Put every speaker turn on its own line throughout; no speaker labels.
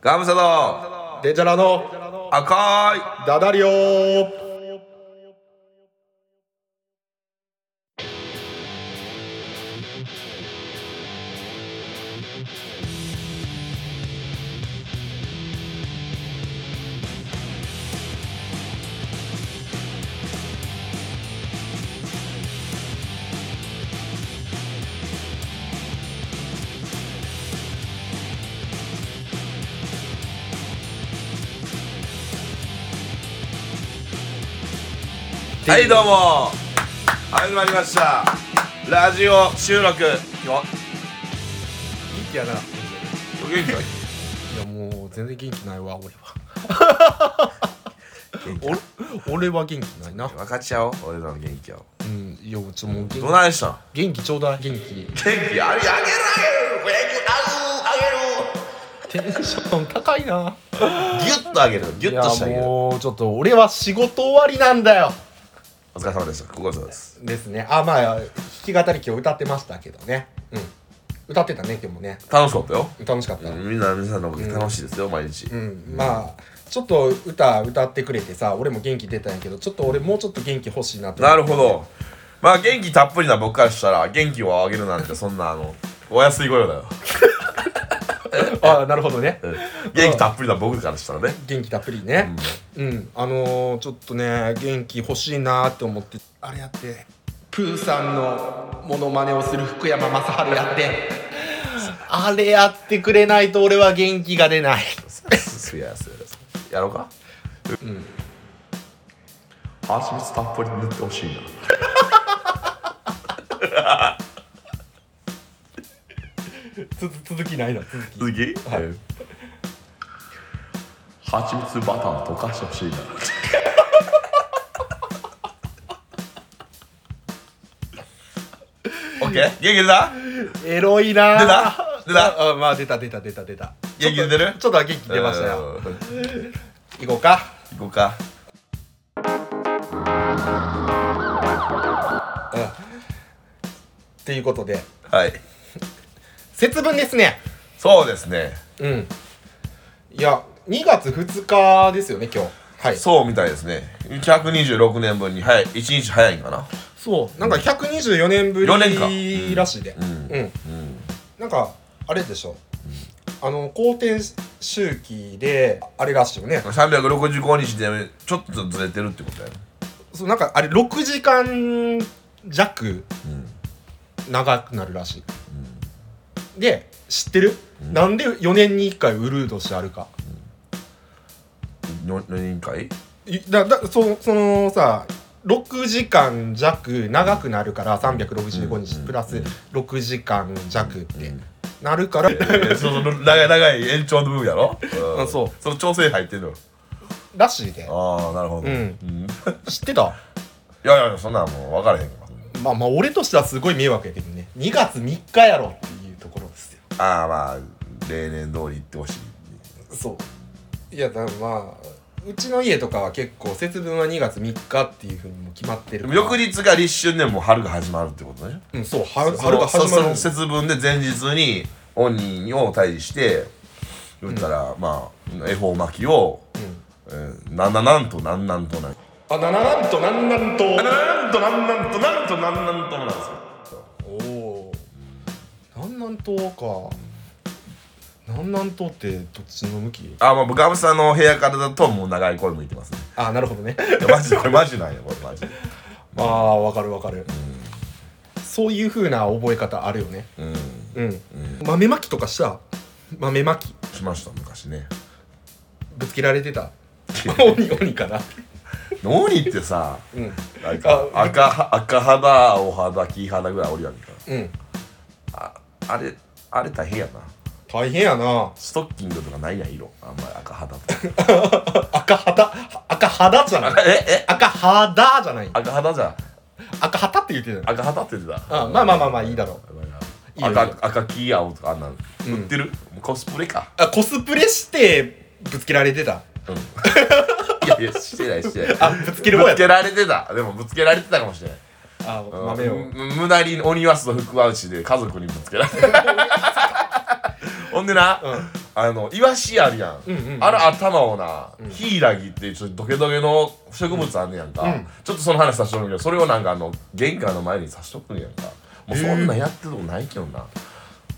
ガムサド
デジャラの
赤い
ダダリオ
はいどうも始まりましたラジオ収録よ
元気やない
お元気かい
やもう全然元気ないわ俺は俺俺は元 気ないな
分かっちゃおう俺らの元気を
うんいやちょっともう元
どないしたん
気元気ちょうだい元気
元気あげるあげる
テンション高いな
あげるギュッとあげるギュッとしてあげる
もうちょっと俺は仕事終わりなんだよ
お疲れ様でしたご苦労様です
ですねあまあ弾き語り今日歌ってましたけどねうん歌ってたね今日もね
楽しかったよ
楽しかった、
みんな皆さんのおかげで楽しいですよ毎日
うん、まあちょっと歌歌ってくれてさ俺も元気出たんやけどちょっと俺もうちょっと元気欲しいなと
なるほどまあ元気たっぷりな僕からしたら元気をあげるなんてそんなあのお安い御用だよ
ど あなるほどね
うん元気たっぷりな僕からしたらね
元気たっぷりねうん、あのー、ちょっとね元気欲しいなって思ってあれやってプーさんのモノマネをする福山雅治やってあれやってくれないと俺は元気が出ない
すやすやろうかうん蜂蜜たっぷり塗ってほしいな
つ続きないの続き
次
はい
うん蜂蜜バター溶かしてほしいなオッケー元気出た
エロいな
出た出た
あまあ出た出た出た出た
元気出てる
ちょっとは元気出ましたよ
うん
行こうか
行こうか
っていうことで
はい
節分ですね
そうですね
うんいや2月2日ですよね今日はい
そうみたいですね126年分に早い1日早いんかな
そうなんか124年ぶ
四年かう
りらしいで
う
うんん、
うん
なんかあれでしょあの公転周期であれらしいよね
365日でちょっとずれてるってことやね
そうなんかあれ6時間弱
うん
長くなるらしい、で知ってる、なんで4年に1回ウルー年あるか
の何人 会
いだだそそのさ6時間弱長くなるから365日プラス6時間弱ってなる から、
その長い長い延長の部分やろ、うん
あそう
その調整入ってんのよ
らしいで
ああなるほど、
うん
い
知ってた
やいやいやそんなんもう分からへんわ
まあまあ俺としてはすごい迷惑やけどね2月3日やろっていうところですよ
ああまあ例年通り行ってほしい
そういやだからまあうちの家とかは結構節分は2月3日っていうふうにも決まってる
で
か
も翌
ら
日が立春でもう春が始まるってことね
うんそう春春が始まる
そのその節分で前日に鬼を退治して言ったら、まあ恵方巻きを、えーなななんとなんなんとなん
あなななんとなんなんと
なんとなんなんとなんとなんなんとなんですよ
おお南南東か南南東ってどっちの向き
あまあガムさんの部屋からだともう長い声向いてますね
あなるほどね
いやマジでこれマジなんやこれマジで
ああわかるわかる、そういうふうな覚え方あるよね
うん
うん、豆まきとかした豆まき
しました昔ね
ぶつけられてた鬼鬼かな
鬼ってさ
うん
なんか
あ
赤赤肌青肌黄肌ぐらいおるやんか
うん
ああれあれ大変やな
大変やな
ストッキングとかないやん色あんまり赤肌とか
赤肌赤肌じゃない
ええ
赤肌じゃない
赤肌じゃん
赤旗って言ってたよ
赤肌って言ってた
あまあまあまあまあいいだろいいよ
赤
いいよ
赤黄青とかあんなの
うん
売ってる、コスプレか
あコスプレしてぶつけられてた
うん いやいやしてないしてない
あぶつける方や
ぶつけられてたでもぶつけられてたかもしれない
あ
うん
豆を
む胸に 鬼はすの福は内で家族にぶつけられたほんでな、あのイワシあるやん,、
うんうんうん
あの頭をな、ヒイラギっていうちょっとドゲドゲの植物あんねやんか、
うん
ちょっとその話さしとるけどそれをなんかあの玄関の前にさしとくんやんかもうそんなんやってるとこないけどな、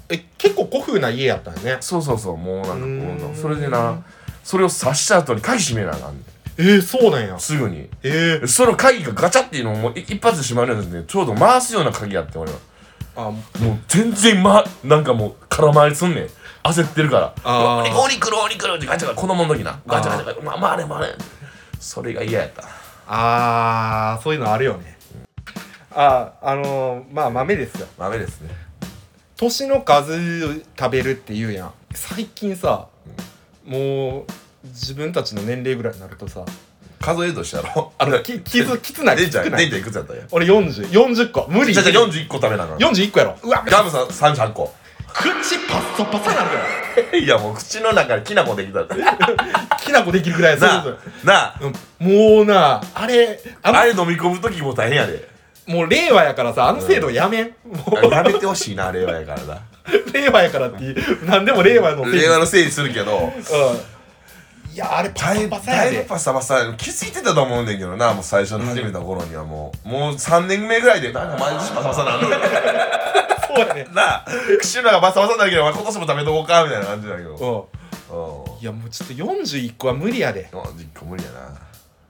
え結構古風な家やったよね
そうそうそうもうなんかこう
うーん
それでなそれを刺した後に鍵閉めなあかんねん
えー、そうなんや
すぐに
えー、
その鍵がガチャっていうのをもう一発で閉まるんですねちょうど回すような鍵やって俺は
あ
もう全然まなんかもう空回りすんねん焦ってるから
あ
「
ー
鬼来る鬼来る」ってガチャガチャ子供の時なガチャガチャガチャまあ回れ回れそれが嫌やった
あーそういうのあるよねああのー、まあ豆ですよ
ダメですね
年の数食べるって言うやん最近さ、もう自分たちの年齢ぐらいになるとさ
数えるとしたろ
あ のきき つきつない
デ
き
ンちゃ
つ
ん
くな
デン
い
ちゃんいくつやったんや
俺4040個無理
じゃあじゃあ41個食べなあかん
41個やろうわ
ガムさん38個
口パッサパサなる よ
いやもう口の中にきな粉できた ってな
きな粉できるぐらいや
あなあ
うんもうなあれあの
あれ飲み込む時も大変やで
もう令和やからさあの制度やめん、も
やめてほしいな令和やからな
う令和やからっていう何でも令和のせい
令和のせいにするけど
うんいやあれ
だ
パ
い
サ
ぶ
パサやで
パサパサ気づいてたと思うねんだけどなもう最初の始めた頃にはもう、もう3年目ぐらいでなんか毎日パサパサな の
そうやね
なあ口の中パサパサだけどまあ今年も食べとこうかみたいな感じだけどうん
う
40
んいやもうちょっと41個は無理やで
個無理やな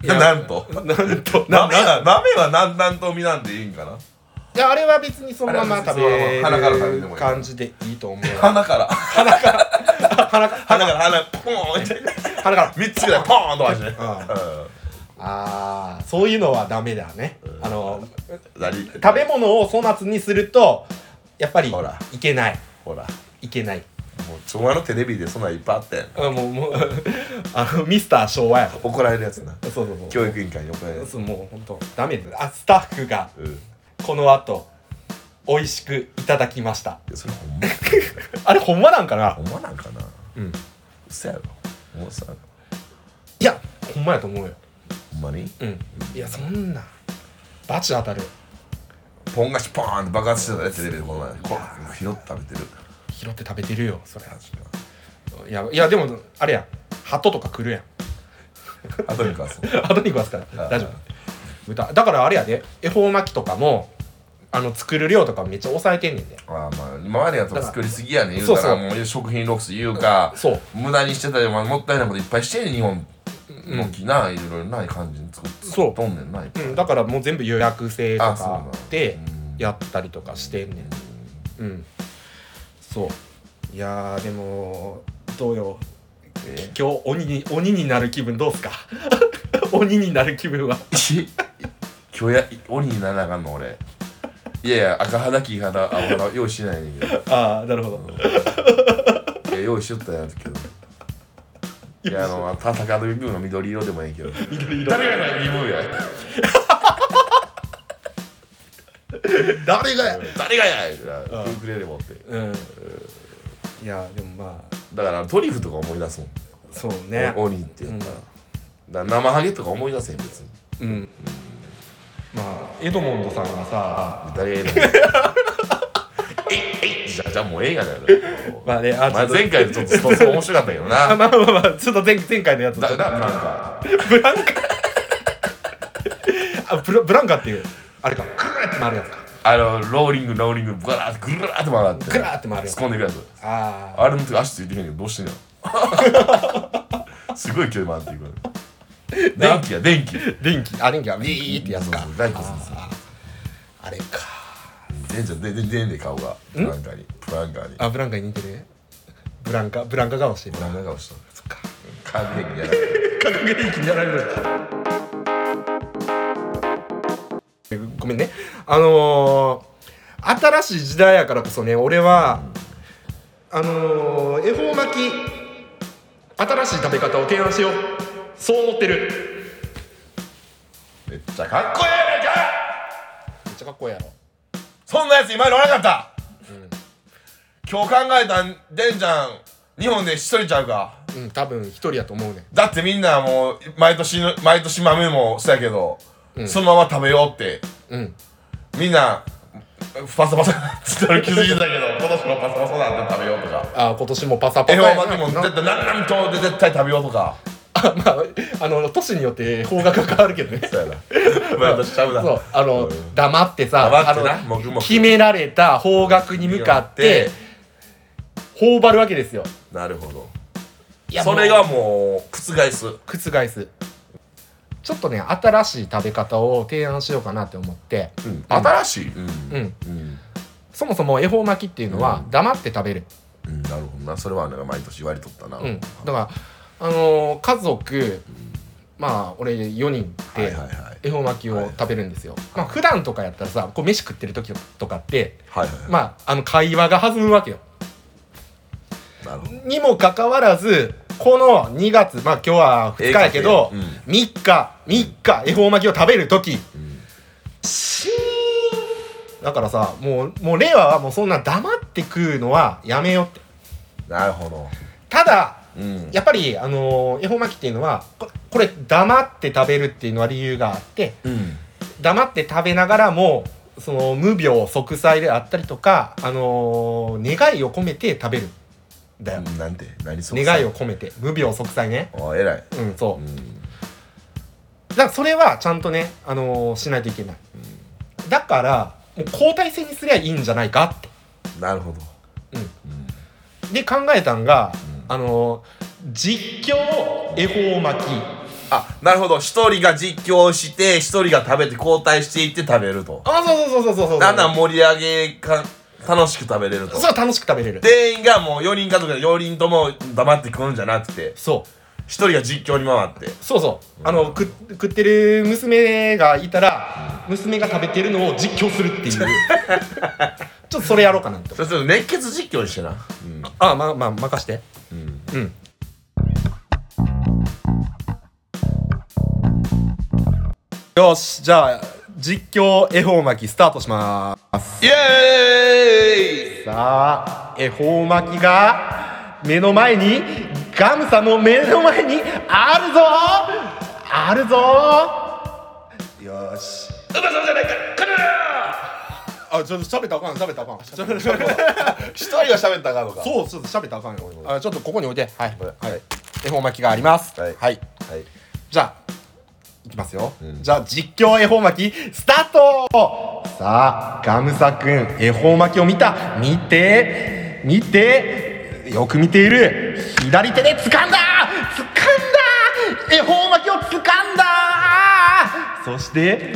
い
や
なんと
なんとな
豆
な
は豆は南南と南でいいんかない
やあれは別にそのまま食べる
あれは別にそのまま鼻から食べてもいい
感じでいいと思う
鼻から鼻
鼻か
から鼻ポーンって
鼻から
3つぐらいポーンと走って
ああそういうのはダメだねあの
うん何
食べ物を粗末にするとやっぱり
ほら
いけない
ほら
いけない
もう昭和のテレビでそんなんいっぱいあったやん
あもうもう あのミスター昭和やろ
怒られるやつな
そうそうそう
教育委員会に怒られるやつ
そうもう本当ダメですあスタッフが
うん
この後美味しくいただきました
いやそれほんま
あれほんまなんかな
ほんまなんかな
うん
嘘やろもうさ
いやほんまやと思うよ
ほんまに
うんいやそんなバチ当たる
ポン菓子ポーンって爆発してたねテレビでこの前こ拾って食べてる
拾って食べてるよそれ
確
いやいやでもあれやん鳩とか来るやん
かにあとにかそう
後に食わすから大丈夫豚だからあれやで恵方巻きとかもあの作る量とかめっちゃ抑えてんねんで
ああまあ今までやったら作りすぎやね言う
だ
た
からら
もう食品ロスいうか
そう
無駄にしてたりまあもったいないこといっぱいしてる日本の木ないろいろない感じに作っ
そう
とんねんないっぱい
うん、だからもう全部予約制と
あそうな
か
の
で
うん
やったりとかしてんねんうんそういやーでもどうよ
え
今日鬼に鬼になる気分どうすか 鬼になる気分は
し今日や鬼にならなあかんの俺いやいや赤肌黄肌青肌用意してないねんけど
ああなるほ
い
ど、
や用意しとったやつけどいやあの戦う部分の緑色でもいいけど
緑色
誰がない身分や
誰がや
誰がやいや
うん
ウクレレ持って
うんいやでもまあ
だからトリュフとか思い出すもん、
そうね
お鬼って言ったら,、だから生ハゲとか思い出せん別に
うんまあエドモンドさんがさ
誰 がやるのええじゃあじゃあもう映画だよね
まあねあ
まあ
ちょっと
前回ちょっとそうそう面白かったけど
あ
な
まあまあまあちょっと前前回のやつ
だだなんか
ブランカあブラブランカっていうあれかクラーって回るやつか
あのローリングローリングぐらーってぐらーって回って
ぐらーって回る
突っ込んでいくやつ
あ
あれの時足ついてへんけどどうしてんの すごい距離回っていく電気や電気
あ電気あ電気がウィーってやつか
そうそうライトそうそう
あれか
でんじゃんでんでんでんで顔がブランカーにブランカーに
あブランカに似てるブランカブランカ顔してる
ブランカー顔しとる
そっか
完璧やられてる
格言気にやられるごめんねあのー、新しい時代やからこそね俺はあのー、恵方巻き新しい食べ方を提案しようそう思ってる
めっちゃかっこええやないか
めっちゃかっこいいやろ
そんなやつ今におらなかった、今日考えたんでんちゃん日本で一人ちゃうか
うん多分一人やと思うね
だってみんなもう毎年の毎年豆もそうやけど、そのまま食べようって
うん
みんなパサパサつったら気づいてたけ ど今年もパサパサなんで食べようとか
あ今年もパサパサ
恵
や
方巻
な
きも絶対何々とで絶対食べようと か
あまああの都市によって方角が変わるけどね
そうやな毎年ちゃうな
そうあの黙ってさ
黙ってな
あ
黙々
の決められた方角に向かって頬張るわけですよ
なるほど
いや
それがもう覆す
覆すちょっとね新しい食べ方を提案しようかなって思って、
うん
うん
新しい
うんん、
うん
そもそも恵方巻きっていうのは
う
黙って食べる、
うんなるほどなそれはなんか毎年言われとったな
うん、だからあのー家族まあ俺4人
はいはい
で
はい
恵方巻きを食べるんですよ、まあ普段とかやったらさこう飯食ってる時とかって
はいはい
まああの会話が弾むわけよ
なるほど
にもかかわらずこの2月まあ今日は2日やけど、
ええ
3日3日恵方巻きを食べる時
うん
シーンだからさもうもう令和はもうそんな黙って食うのはやめようって
なるほど
ただ
うん
やっぱりあのー恵方巻きっていうのはここれ黙って食べるっていうのは理由があって
うん
黙って食べながらもその無病息災であったりとか、あのー願いを込めて食べるんだよ、
なんて何そ
願いを込めて無病息災ね
あ偉い
うんそううんだからそれはちゃんとね、あのーしないといけない、だからもう交代制にすりゃいいんじゃないかって
なるほど
うん
うん
で考えたんが、
う
あのー実況恵方巻き
あなるほど一人が実況して一人が食べて交代していって食べると
あそうそうそうそうそうそう
だんだん盛り上げか楽しく食べれると
そう楽しく食べれる
全員がもう4人家族で4人とも黙って食うんじゃなくて
そう
一人が実況に回って
そうそうあの食食ってる娘がいたら娘が食べてるのを実況する っていうちょっとそれやろうかなと
そしたら熱血実況にしてな
あまあまあ任して
うん、うん、
うんよしじゃあ実況恵方巻きスタートします
イエーイ
さあ恵方巻きが目の前にガムさんの目の前にあるぞあるぞよし
うまそうじゃないかこら
あちょっと喋ったらあかん喋ったらあかんちょっと
一人が喋ったらあかんのか
そうちょっと喋ったらあかんよあちょっとここに置いてはい
これ
はい恵方巻きがあります
はい
はい
はい
じゃあいきますよ、じゃあ実況恵方巻きスタートさあガムサくん恵方巻きを見た見て見てよく見ている左手で掴んだ掴んだ恵方巻きを掴んだそして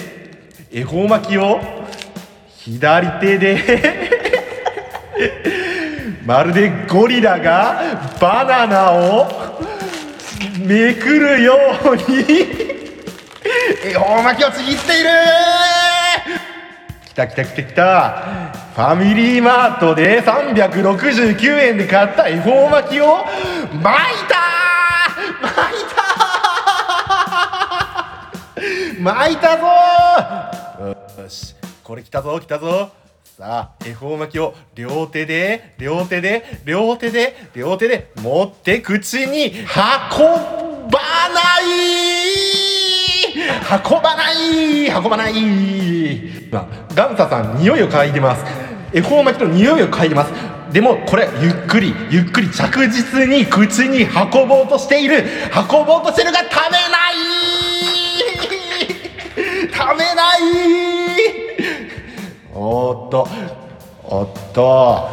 恵方巻きを左手でまるでゴリラがバナナをめくるように恵方巻きをちぎっているきたきたきたきたファミリーマートで369円で買った恵方巻きを巻いた巻いた巻いたぞよしこれ来たぞ来たぞさあ恵方巻きを両手で両手で両手で両手で持って口に運ばない運ばない運ばない今ガンサさん匂いを嗅いでます恵方巻きの匂いを嗅いでますでもこれゆっくりゆっくり着実に口に運ぼうとしている運ぼうとしてるが食べない 食べないおーっとおっと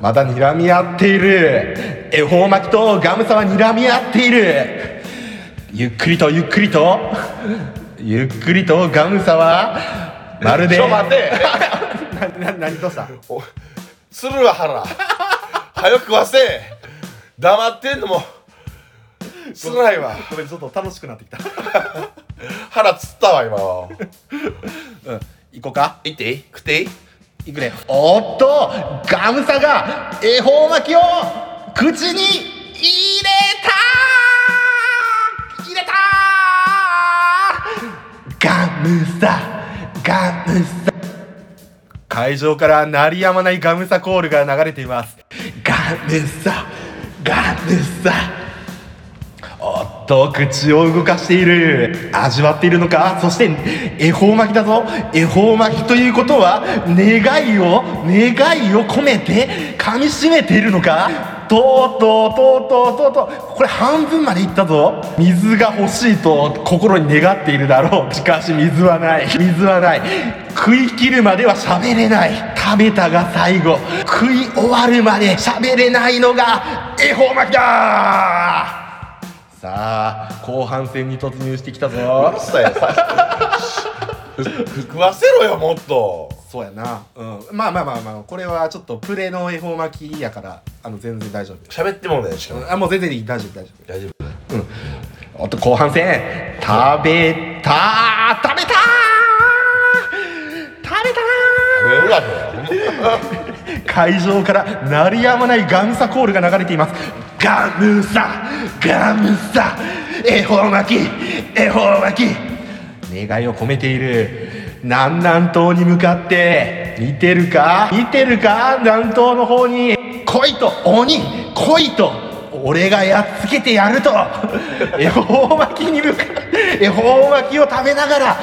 まだ睨み合っている恵方巻きとガムサは睨み合っているゆっくりとゆっくりとゆっくりとガムサはまるで
ちょ待て
なな何どうした
鶴は原早く食わせ黙ってん のもつらいわ
ごめんちょっと楽しくなってきた、
腹つったわ今は
うん、行こうか
行っていい食っていい
行くねおっとガムサが恵方巻きを口に入れた入れたガムサガムサ会場から鳴りやまないガムサコールが流れていますガムサガムサおっと口を動かしている味わっているのかそして恵方巻きだぞ恵方巻きということは願いを願いを込めて噛みしめているのかとうとうとうとうとうとうこれ半分までいったぞ水が欲しいと心に願っているだろうしかし水はない水はない食い切るまでは喋れない食べたが最後食い終わるまで喋れないのが恵方巻きださあ後半戦に突入してきたぞ
さやさ食わせろよもっと
そうやな、うん、まあまあまあまあこれはちょっとプレの恵方巻きやからあの全然大丈
喋ってもねしか
夫あもう全然いい大丈夫大丈
大丈夫
夫あと後半戦食べたー食べたー食べた
食べるわけよ
ー会場から鳴りやまないガムサコールが流れていますガムサガムサ恵方巻き恵方巻き願いを込めている南南東に向かって見てるか見てるか南東の方に来いと鬼来いと俺がやっつけてやると恵方巻きに向かって恵方巻きを食べながら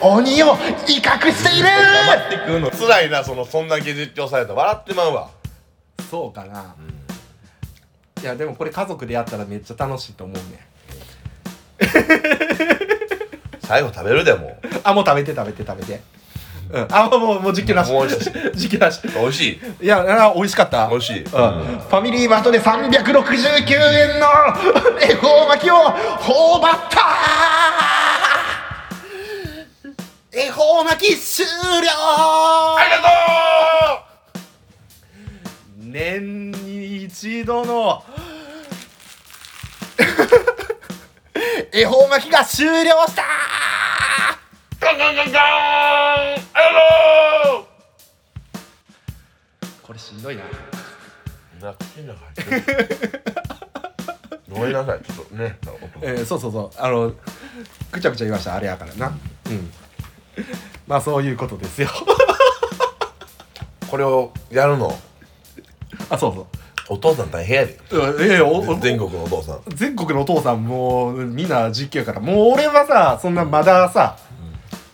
鬼を威嚇している
黙って食うの辛いなそのそんなけ実況されたら笑ってまうわ
そうかな、いやでもこれ家族でやったらめっちゃ楽しいと思うね
最後食べるでも
あもう食べて食べて食べてうん、あもうもうもう実況なし
もう一
実況なし
美味しい
いやあ美味しかった
美味しい
うんファミリーマートで369円の恵方巻きを頬張った恵方巻き終
あ
了
りが
年に一度の恵方巻きが終了した
とうガンガンガンガンありがとう
これしんどいな
な口の中入ってるごめんなさいちょっとね
えーそうそうそうあのぐちゃぐちゃ言いましたあれやからなうんまあそういうことですよ
これをやるの
あそうそう
お父さん大変やで
うんええおお
全国のお父さん
全国のお父さんもうみんな実況やからもう俺はさそんなまださ、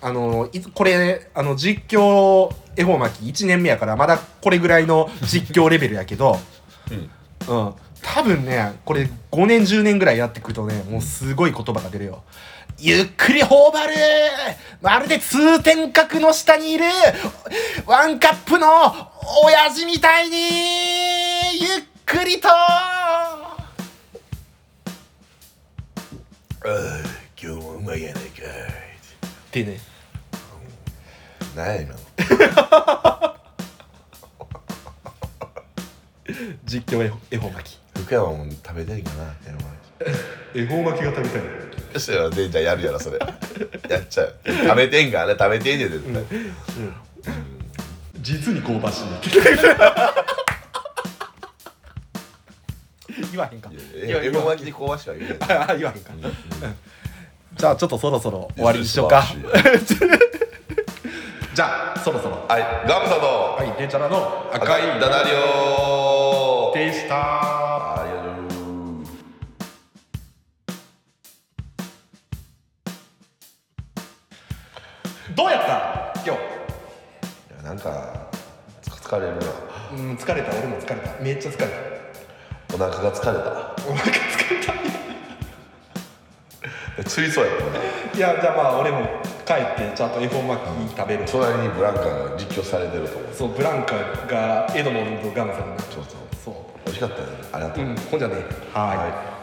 あのいつこれあの実況恵方巻き1年目やからまだこれぐらいの実況レベルやけど、 うん多分ねこれ5年10年ぐらいやってくるとねもうすごい言葉が出るよ。ゆっくり頬張るまるで通天閣の下にいるワンカップの親父みたいにゆっくりと
ああ今日もうまいやないかい
ってね
何や今の
実況は恵方巻き
福山も食べたいかなってのもある
恵方巻きが食べたい
しそしたらでじゃあやるやろそれ やっちゃう食べてんからね食べてんねん絶対、
実に香ばしい 言わへんか
いや
言わ
M マジで香ばしいわけない
あ あ言わへんかじゃあちょっとそろそろ終わりにしようか
素
じゃあそろそろ
はいガムサと
はいデチャラの
赤いダダリオ
でした
ありがとう
どうやった今日
いやなんかつ疲れるな
うん疲れた俺も疲れためっちゃ疲れた
お腹が疲れた
お腹疲れた
ついそうやったね
いやじゃあまあ俺も帰ってちゃんと恵方巻き食べる
隣にブランカが実況されてると思う
そうブランカがエドモンド・ガムさんのそうそうそう
美味しかったよねありがとう、
うんほんじゃねはい
はい